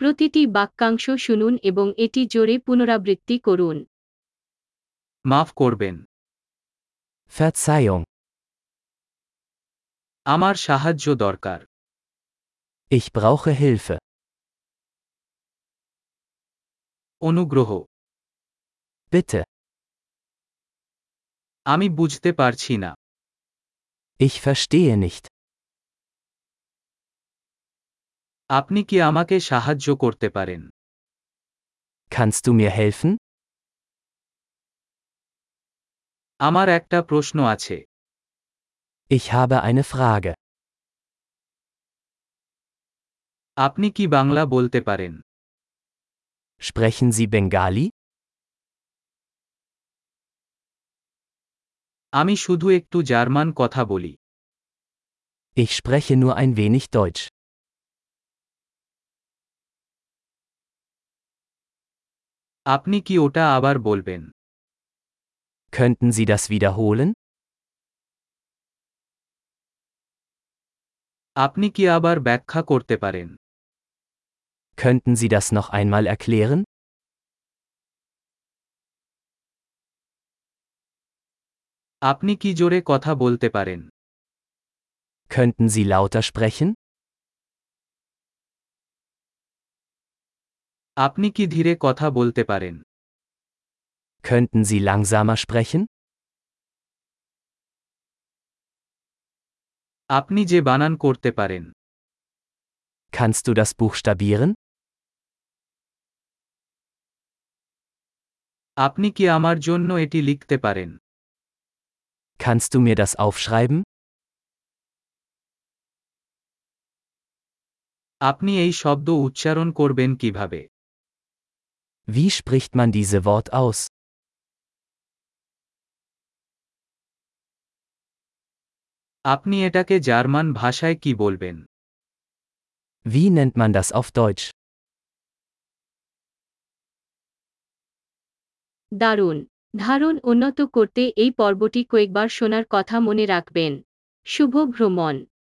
প্রতিটি বাক্যাংশ শুনুন এবং এটি জোরে পুনরাবৃত্তি করুন মাফ করবেন Verzeihung, আমার সাহায্য দরকার ich brauche Hilfe. অনুগ্রহ Bitte, আমি বুঝতে পারছি না ich verstehe nicht. আপনি কি আমাকে সাহায্য করতে পারেন Kannst du mir helfen? আমার একটা প্রশ্ন আছে Ich habe eine Frage. আপনি কি বাংলা বলতে পারেন Sprechen Sie Bengali? আমি শুধু একটু জার্মান কথা বলি Ich spreche nur ein wenig Deutsch. আপনি কি ওটা আবার বলবেন Könnten Sie das wiederholen? আপনি কি আবার ব্যাখ্যা করতে পারেন Könnten Sie das noch einmal erklären? আপনি কি জোরে কথা বলতে পারেন Könnten Sie lauter sprechen? আপনি কি ধীরে কথা বলতে পারেন Könnten Sie langsamer sprechen? আপনি যে বানান করতে পারেন Kannst du das buchstabieren? আপনি কি আমার জন্য এটি লিখতে পারেন Kannst du mir das aufschreiben? আপনি এই শব্দ উচ্চারণ করবেন কিভাবে Wie spricht man diese Wort aus? আপনি এটাকে জার্মান ভাষায় কি বলবেন Wie nennt man das auf Deutsch? দারুণ ধারণ উন্নত করতে এই পর্বটি কয়েকবার শোনার কথা মনে রাখবেন শুভ ভ্রমণ